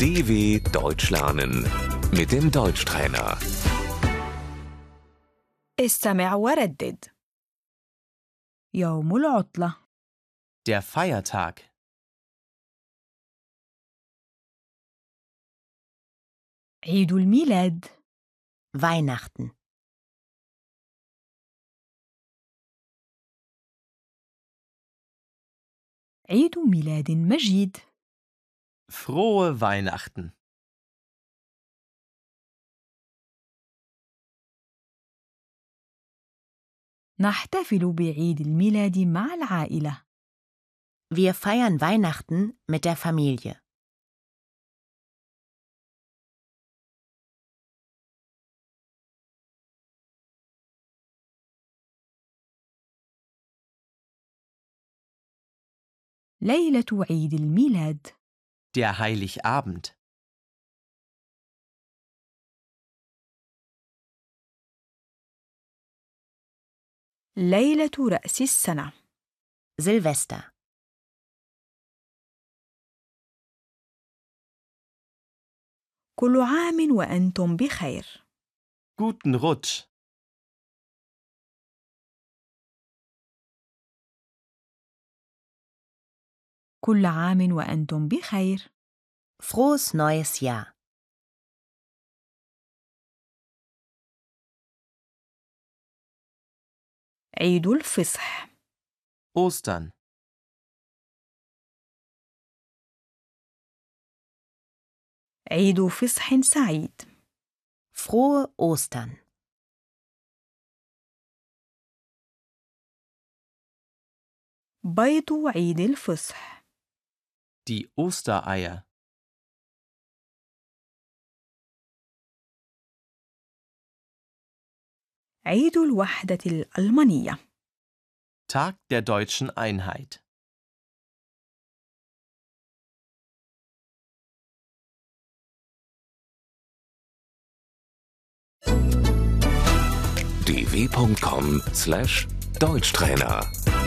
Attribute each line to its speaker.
Speaker 1: DW Deutsch lernen mit dem Deutschtrainer.
Speaker 2: استمع وردد يوم العطلة
Speaker 3: Der Feiertag.
Speaker 2: عيد الميلاد
Speaker 4: Weihnachten,
Speaker 2: عيد ميلاد مجيد
Speaker 3: Frohe Weihnachten.
Speaker 2: نحتفل بعيد الميلاد مع العائلة
Speaker 4: wir feiern Weihnachten mit der Familie.
Speaker 2: ليلة عيد الميلاد
Speaker 3: Der Heiligabend.
Speaker 2: ليلة رأس السنة
Speaker 4: Silvester,
Speaker 2: كل عام وأنتم بخير
Speaker 3: Guten Rutsch.
Speaker 2: كل عام وأنتم بخير
Speaker 4: frohes neues Jahr.
Speaker 2: عيد الفصح
Speaker 3: Ostern.
Speaker 2: عيد فصح سعيد
Speaker 4: Frohe Ostern.
Speaker 2: بيض عيد الفصح
Speaker 3: Die Ostereier.
Speaker 2: عيد الوحدة الألمانية
Speaker 3: Tag der deutschen Einheit.
Speaker 1: dw.com/deutschtrainer